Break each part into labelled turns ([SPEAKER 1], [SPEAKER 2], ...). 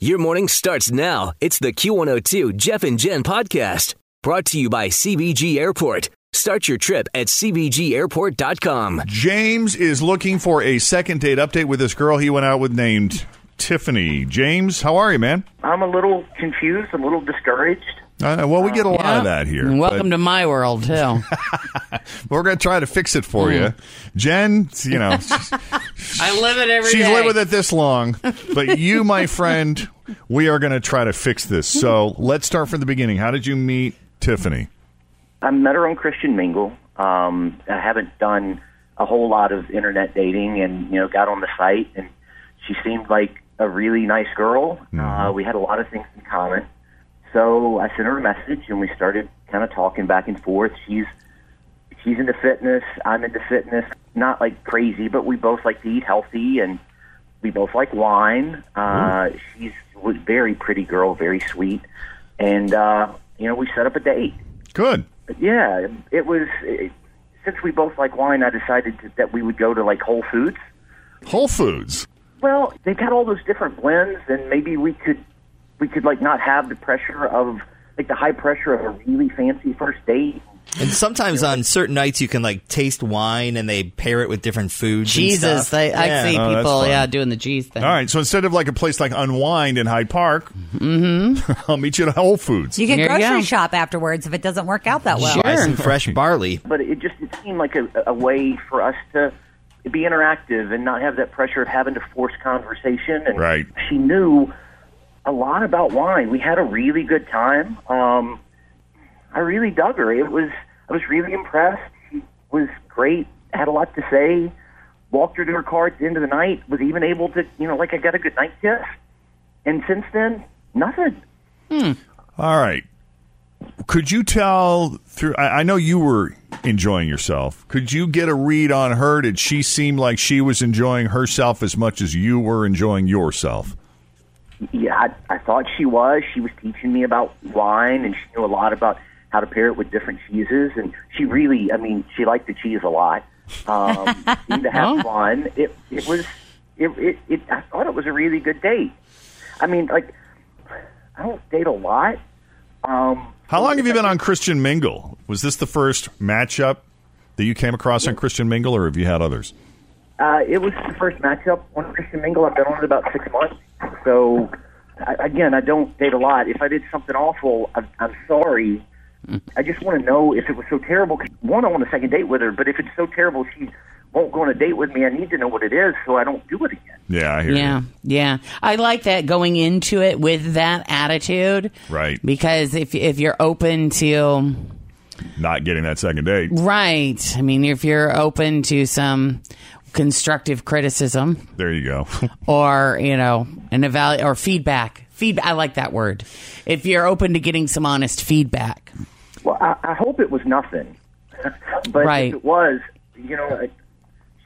[SPEAKER 1] Your morning starts now. It's the Q102 Jeff and Jen podcast brought to you by CBG Airport. Start your trip at CBGAirport.com.
[SPEAKER 2] James is looking for a second date update with this girl he went out with named Tiffany. James, how are you, man?
[SPEAKER 3] I'm a little confused, a little discouraged.
[SPEAKER 2] Uh, well, we get a lot of that here.
[SPEAKER 4] And welcome to my world too.
[SPEAKER 2] but we're going to try to fix it for you. Jen, you know, she's
[SPEAKER 4] Hmm. I live it every day.
[SPEAKER 2] she's lived with it this long. But you, my friend, we are going to try to fix this. So let's start from the beginning. How did you meet Tiffany?
[SPEAKER 3] I met her on Christian Mingle. Um, I haven't done a whole lot of internet dating, and you know, got on the site, and she seemed like a really nice girl. Uh, we had a lot of things in common, so I sent her a message, and we started kind of talking back and forth. She's she's into fitness. I'm into fitness. Not like crazy, but we both like to eat healthy and we both like wine. Uh, she's a very pretty girl, very sweet. And, uh, you know, we set up a date.
[SPEAKER 2] Good.
[SPEAKER 3] But yeah, it was, it, since we both like wine, I decided to, that we would go to like Whole Foods.
[SPEAKER 2] Whole Foods.
[SPEAKER 3] Well, they've got all those different blends, and maybe we could we could like not have the pressure of like the high pressure of a really fancy first date.
[SPEAKER 5] And sometimes on certain nights you can like taste wine and they pair it with different foods. and
[SPEAKER 4] Jesus,
[SPEAKER 5] stuff.
[SPEAKER 4] I, I
[SPEAKER 5] Yeah.
[SPEAKER 4] see
[SPEAKER 2] Oh, that's
[SPEAKER 4] people,
[SPEAKER 2] fun.
[SPEAKER 4] yeah, doing the G's thing.
[SPEAKER 2] All right. So instead of like a place like Unwind in Hyde Park,
[SPEAKER 4] Mm-hmm.
[SPEAKER 2] I'll meet you at Whole Foods.
[SPEAKER 6] You can
[SPEAKER 4] There you
[SPEAKER 6] grocery
[SPEAKER 4] go.
[SPEAKER 6] shop afterwards if it doesn't work out that well.
[SPEAKER 5] Buy some fresh barley.
[SPEAKER 3] But it just it seemed like a, a way for us to be interactive and not have that pressure of having to force conversation. And
[SPEAKER 2] Right.
[SPEAKER 3] she knew a lot about wine. We had a really good time. Um, I really dug her. It was I was really impressed. She was great. Had a lot to say. Walked her to her car at the end of the night. Was even able to you know like I got a good night kiss. And since then, nothing.
[SPEAKER 2] All right. Could you tell through? I, I know you were enjoying yourself. Could you get a read on her? Did she seem like she was enjoying herself as much as you were enjoying yourself?
[SPEAKER 3] yeah, I, I thought she was. She was teaching me about wine, and she knew a lot about how to pair it with different cheeses. And she really, I mean, she liked the cheese a lot. Um, seemed to have fun. It it was it, it it. I thought it was a really good date. I mean, like I don't date a lot. Um,
[SPEAKER 2] How long have you been on Christian Mingle? Was this the first matchup that you came across on Christian Mingle, or have you had others?
[SPEAKER 3] Uh, it was the first matchup on Christian Mingle. I've been on it about six months. So, I, again, I don't date a lot. If I did something awful, I, I'm sorry. I just want to know if it was so terrible. 'cause, One, I want a second date with her, but if it's so terrible she won't go on a date with me, I need to know what it is so I don't do it again.
[SPEAKER 2] Yeah, I hear
[SPEAKER 4] Yeah,
[SPEAKER 2] you.
[SPEAKER 4] yeah. I like that going into it with that attitude.
[SPEAKER 2] Right.
[SPEAKER 4] Because if if you're open to
[SPEAKER 2] Not getting that second date.
[SPEAKER 4] right, I mean, if you're open to some constructive criticism
[SPEAKER 2] There you go.
[SPEAKER 4] or you know an eval or feedback, feedback. I like that word. If you're open to getting some honest feedback,
[SPEAKER 3] Well, I, I hope it was nothing. but
[SPEAKER 4] Right.
[SPEAKER 3] if it was, you know, I,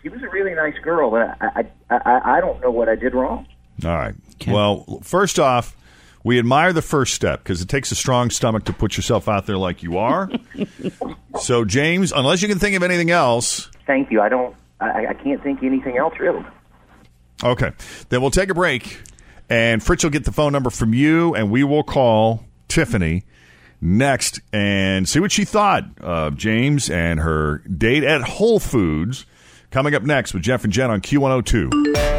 [SPEAKER 3] she was a really nice girl. and I, I, I, I don't know what I did wrong.
[SPEAKER 2] All right. Well, first off, we admire the first step because it takes a strong stomach to put yourself out there like you are. so, James, unless you can think of anything else,
[SPEAKER 3] Thank you. I don't. I, I can't think anything else really.
[SPEAKER 2] okay, then we'll take a break and Fritz will get the phone number from you and we will call Tiffany next and see what she thought of James and her date at oh Whole Foods. Coming up next with Jeff and Jen on Q102.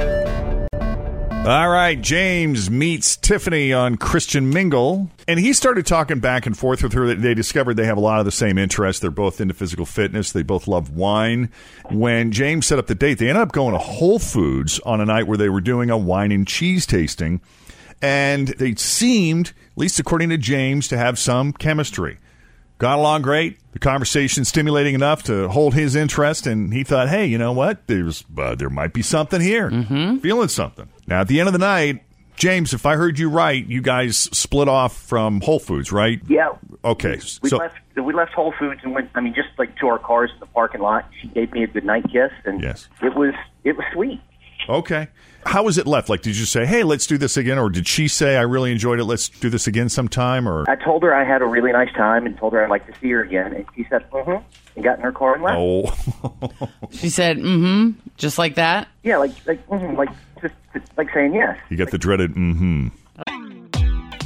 [SPEAKER 2] All right, James meets Tiffany on Christian Mingle, and he started talking back and forth with her. They discovered they have a lot of the same interests. They're both into physical fitness. They both love wine. When James set up the date, they ended up going to Whole Foods on a night where they were doing a wine and cheese tasting, and they seemed, at least according to James, to have some chemistry. Got along great. The conversation stimulating enough to hold his interest, and he thought, "Hey, you know what? There's uh, there might be something here. Feeling something." Now, at the end of the night, James, if I heard you right, you guys split off from Whole Foods, right?
[SPEAKER 3] Yeah.
[SPEAKER 2] Okay.
[SPEAKER 3] We
[SPEAKER 2] so
[SPEAKER 3] left we left Whole Foods and went I mean just like to our cars in the parking lot. She gave me a good night kiss and
[SPEAKER 2] Yes.
[SPEAKER 3] it was it was sweet.
[SPEAKER 2] okay, how was it left? Like, did you say, "Hey, let's do this again," or did she say, "I really enjoyed it. Let's do this again sometime"? Or
[SPEAKER 3] I told her I had a really nice time and told her I'd like to see her again and she said, Mm-hmm and got in her car and left.
[SPEAKER 2] oh,
[SPEAKER 4] She said, mm hmm, just like that.
[SPEAKER 3] Yeah, like like mhm, like just like saying yes.
[SPEAKER 2] you got the dreaded mm-hmm.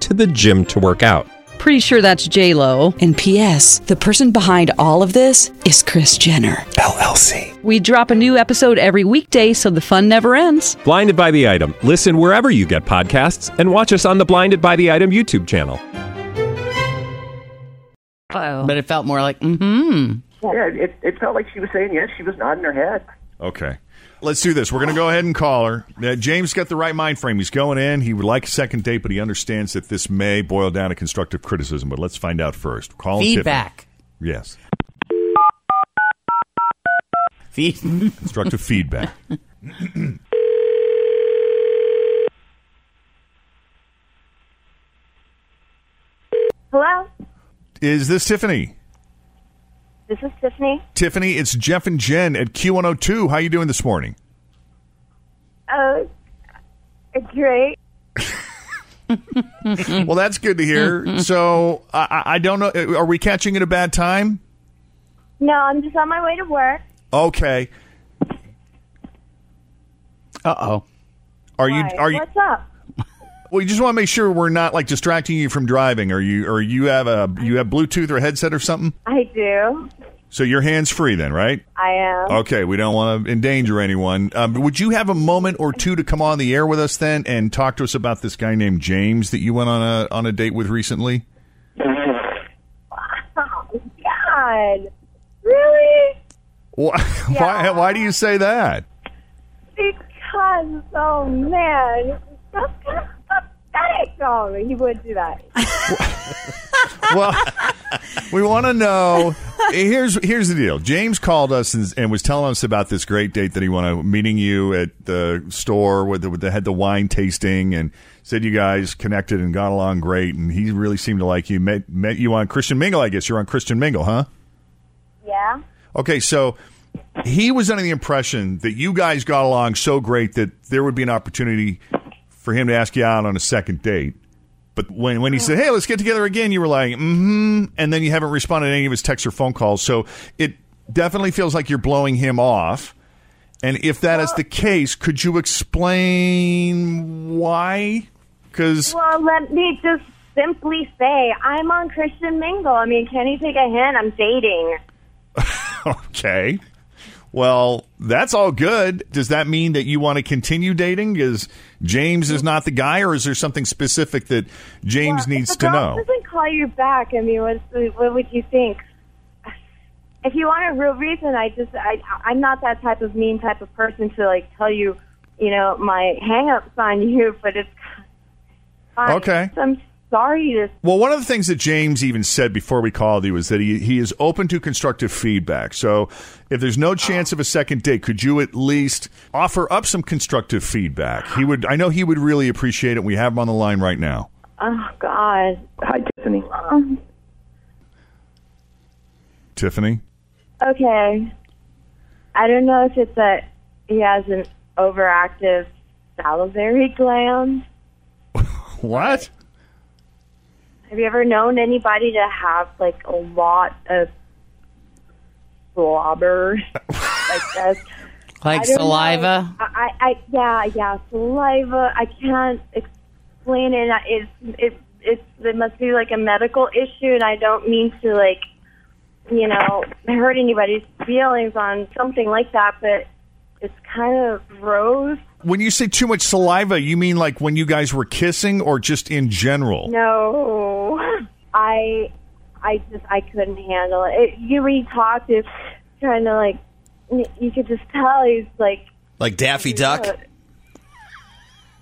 [SPEAKER 7] to the gym to work out.
[SPEAKER 8] Pretty sure that's J Lo. And P.S. The person behind all of this is Chris Jenner.
[SPEAKER 7] LLC.
[SPEAKER 8] We drop a new episode every weekday, so the fun never ends.
[SPEAKER 7] Blinded by the item. Listen wherever you get podcasts, and watch us on the Blinded by the Item YouTube channel.
[SPEAKER 8] Oh,
[SPEAKER 4] But it felt more like, mm hmm.
[SPEAKER 3] Yeah, it, it felt like she was saying yes. She was nodding her head.
[SPEAKER 2] Okay. Let's do this. We're going to go ahead and call her. Uh, James got the right mind frame. He's going in. He would like a second date, but he understands that this may boil down to constructive criticism. But let's find out first. Call
[SPEAKER 4] Feedback.
[SPEAKER 2] Tiffany. Yes.
[SPEAKER 4] Feed-
[SPEAKER 2] Constructive feedback.
[SPEAKER 9] Hello,
[SPEAKER 2] Is this Tiffany?
[SPEAKER 9] this is Tiffany.
[SPEAKER 2] Tiffany, it's Jeff and Jen at Q102. How you doing this morning?
[SPEAKER 9] Oh, great.
[SPEAKER 2] Well, that's good to hear. So I, I I don't know. uh, Are we catching it a bad time?
[SPEAKER 9] No, I'm just on my way to work.
[SPEAKER 2] Okay.
[SPEAKER 4] uh oh.
[SPEAKER 2] Are you?
[SPEAKER 9] Hi,
[SPEAKER 2] Are you?
[SPEAKER 9] What's up?
[SPEAKER 2] Well, you just want to make sure we're not like distracting you from driving. Are you? Or you have a you have Bluetooth or a headset or something?
[SPEAKER 9] I do.
[SPEAKER 2] So your hands free then, right?
[SPEAKER 9] I am.
[SPEAKER 2] Okay, we don't want to endanger anyone. Um, would you have a moment or two to come on the air with us then and talk to us about this guy named James that you went on a on a date with recently?
[SPEAKER 9] Oh, God. Really?
[SPEAKER 2] Why why, why do you say that?
[SPEAKER 9] Because, oh, man. That's kind of pathetic. Oh, he wouldn't do that.
[SPEAKER 2] Well, we want to know. Here's here's the deal. James called us and, and was telling us about this great date that he went on, meeting you at the store with the, with the had the wine tasting and said you guys connected and got along great and he really seemed to like you. Met met you on Christian Mingle, I guess. You're on Christian Mingle, huh?
[SPEAKER 9] Yeah?
[SPEAKER 2] Okay, so he was under the impression that you guys got along so great that there would be an opportunity for him to ask you out on a second date. But when, when he said, hey, let's get together again, you were like, mm hmm. And then you haven't responded to any of his texts or phone calls. So it definitely feels like you're blowing him off. And if that is the case, could you explain why? Because,
[SPEAKER 9] Well, let me just simply say I'm on Christian Mingle. I mean, can you take a hint? I'm dating.
[SPEAKER 2] okay. Well, that's all good. Does that mean that you want to continue dating? Is James is not the guy, or is there something specific that James
[SPEAKER 9] Well,
[SPEAKER 2] needs
[SPEAKER 9] if the
[SPEAKER 2] to know?
[SPEAKER 9] girl doesn't call you back, I mean, what, what would you think? If you want a real reason, I just I I'm not that type of mean type of person to like tell you, you know, my hang-ups on you, but it's fine.
[SPEAKER 2] Okay.
[SPEAKER 9] I'm sorry to
[SPEAKER 2] Well, one of the things that James even said before we called you was that he, he is open to constructive feedback. So if there's no chance of a second date, could you at least offer up some constructive feedback? He would I know he would really appreciate it. We have him on the line right now.
[SPEAKER 9] Oh god.
[SPEAKER 3] Hi, Tiffany.
[SPEAKER 9] Um,
[SPEAKER 2] Tiffany?
[SPEAKER 9] okay. I don't know if it's that he has an overactive salivary gland.
[SPEAKER 2] What?
[SPEAKER 9] Have you ever known anybody to have like a lot of slobber like this?
[SPEAKER 4] Like
[SPEAKER 9] I don't know.
[SPEAKER 4] saliva?
[SPEAKER 9] I, I, I, yeah, yeah, saliva. I can't explain it. I- It's, it, it's, it must be like a medical issue, and I don't mean to like, you know, hurt anybody's feelings on something like that, but it's kind of gross.
[SPEAKER 2] When you say too much saliva, you mean like when you guys were kissing or just in general?
[SPEAKER 9] No, I, I just I couldn't handle it. it you when you talked, it's trying to like, y- you could just tell he's like
[SPEAKER 5] Like Daffy Duck?
[SPEAKER 9] Uh,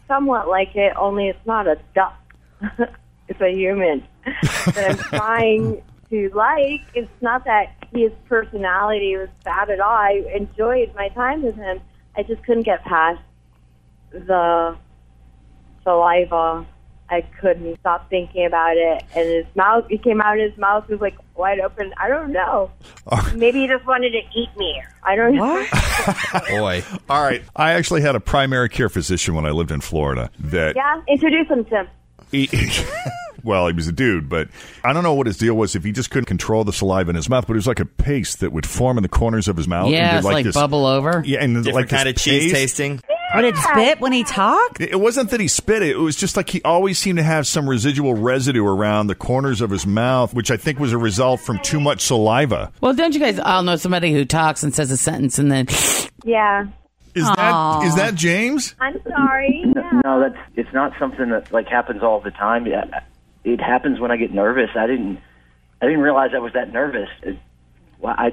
[SPEAKER 9] somewhat like it, only it's not a duck. it's a human that I'm trying to like. It's not that his personality was bad at all. I enjoyed my time with him. I just couldn't get past the saliva. I couldn't stop thinking about it. And his mouth, he came out, his mouth was like wide open. I don't know. Maybe he just wanted to eat me. I don't know.
[SPEAKER 5] Boy.
[SPEAKER 2] All right. I actually had a primary care physician when I lived in Florida that
[SPEAKER 9] Yeah, introduce him to him.
[SPEAKER 2] he- well, he was a dude, but I don't know what his deal was if he just couldn't control the saliva in his mouth, but it was like a paste that would form in the corners of his mouth.
[SPEAKER 4] Yeah,
[SPEAKER 2] Oh, and did
[SPEAKER 4] it's like bubble over.
[SPEAKER 2] Yeah, and
[SPEAKER 5] Different
[SPEAKER 2] like this
[SPEAKER 5] kind of cheese
[SPEAKER 2] paste.
[SPEAKER 5] tasting.
[SPEAKER 6] Would it spit when he talked?
[SPEAKER 2] It wasn't that he spit it. It was just like he always seemed to have some residual residue around the corners of his mouth, which I think was a result from too much saliva.
[SPEAKER 4] Well, don't you guys all know somebody who talks and says a sentence and then.
[SPEAKER 9] Yeah.
[SPEAKER 2] Is
[SPEAKER 4] Aw.
[SPEAKER 2] that is that James?
[SPEAKER 9] I'm sorry.
[SPEAKER 3] No, that's it's not something that like happens all the time. It- It happens when I get nervous. I didn't I didn't realize I was that nervous. It, well, I, I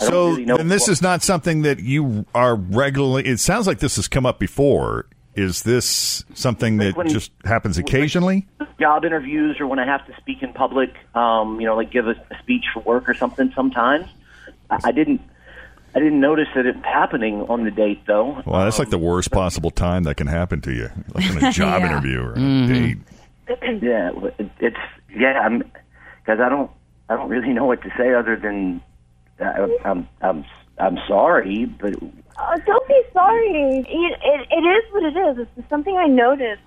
[SPEAKER 3] don't
[SPEAKER 2] So,
[SPEAKER 3] really know.
[SPEAKER 2] and this
[SPEAKER 3] what-
[SPEAKER 2] is not something that you are regularly. It sounds like this has come up before. Is this something that
[SPEAKER 3] when-
[SPEAKER 2] just happens occasionally?
[SPEAKER 3] job interviews or when I have to speak in public, um, you know, like give a, a speech for work or something. Sometimes I, I didn't, I didn't notice that it happening on the date though.
[SPEAKER 2] Well, that's like the worst possible time that can happen to you, like in a job
[SPEAKER 3] Um, Yeah.
[SPEAKER 2] interview or a
[SPEAKER 3] Mhm.
[SPEAKER 2] date.
[SPEAKER 3] yeah, it- it's yeah, I'm because I don't, I don't really know what to say other than I, I'm, I'm, I'm sorry, but
[SPEAKER 9] Oh, don't be sorry. It, it, it is what it is. It's just something I noticed.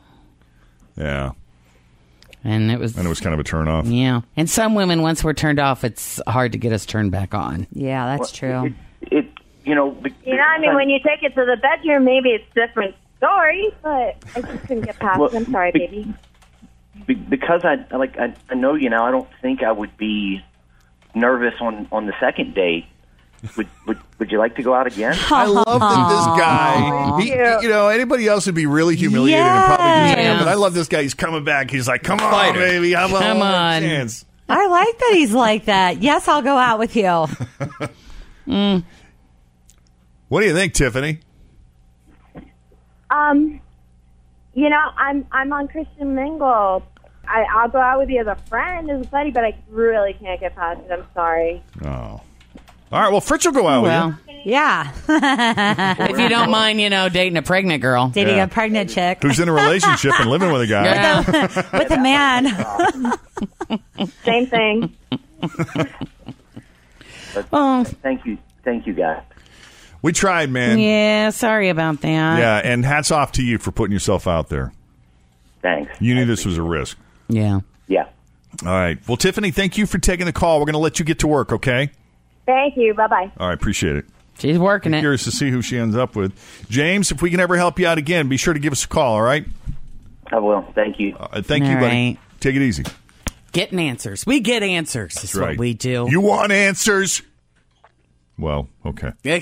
[SPEAKER 2] Yeah,
[SPEAKER 4] and it was.
[SPEAKER 2] and it was kind of a turnoff.
[SPEAKER 4] Yeah. And some women, once we're turned off, it's hard to get us turned back on.
[SPEAKER 6] Yeah, that's true.
[SPEAKER 3] it, you know, be-
[SPEAKER 9] You know, I mean, when you take it to the bedroom, maybe it's different story, but I just couldn't get past
[SPEAKER 3] Well,
[SPEAKER 9] it. I'm sorry,
[SPEAKER 3] be-
[SPEAKER 9] baby.
[SPEAKER 3] be- because I I like I, I know you now. I don't think I would be nervous on on the second date. Would would would you like to go out again?
[SPEAKER 2] I love that this guy. He, you know, anybody else would be really humiliated and probably just hang up. But I love this guy. He's coming back. He's like, "Come on,
[SPEAKER 6] Fighter.
[SPEAKER 2] baby, how about
[SPEAKER 6] Come
[SPEAKER 2] one more
[SPEAKER 6] on."
[SPEAKER 2] chance?"
[SPEAKER 6] I like that he's like that. Yes, I'll go out with you.
[SPEAKER 2] What do you think, Tiffany?
[SPEAKER 9] Um, you know, I'm I'm on Christian Mingle. I, I'll go out with you as a friend, as a buddy, but I really can't get past it. I'm sorry.
[SPEAKER 2] Oh, all right. Well, Fritz will go out with
[SPEAKER 6] Yeah.
[SPEAKER 4] if you don't mind, you know, dating a pregnant girl.
[SPEAKER 6] Dating a pregnant chick.
[SPEAKER 2] you, who's in a relationship and living with a guy.
[SPEAKER 6] With a man.
[SPEAKER 9] Same thing.
[SPEAKER 4] Oh,
[SPEAKER 3] thank you, thank you, guys.
[SPEAKER 2] We tried, man.
[SPEAKER 4] yeah, sorry about that.
[SPEAKER 2] Yeah, and hats off to you for putting yourself out there.
[SPEAKER 3] Thanks.
[SPEAKER 2] You knew this was a risk.
[SPEAKER 4] Yeah.
[SPEAKER 3] Yeah.
[SPEAKER 2] All right. Well, Tiffany, thank you for taking the call. We're going to let you get to work, okay?
[SPEAKER 9] Thank you. Bye bye.
[SPEAKER 2] All right. Appreciate it.
[SPEAKER 4] She's working it.
[SPEAKER 2] Curious to see who she ends up with. James, if we can ever help you out again, be sure to give us a call, all right?
[SPEAKER 3] I will. Thank you.
[SPEAKER 2] Uh, thank you,
[SPEAKER 4] All
[SPEAKER 2] buddy.
[SPEAKER 4] right.
[SPEAKER 2] Take it easy.
[SPEAKER 4] Getting answers. We get answers. That's
[SPEAKER 2] right.
[SPEAKER 4] what we do.
[SPEAKER 2] You want answers? Well, okay.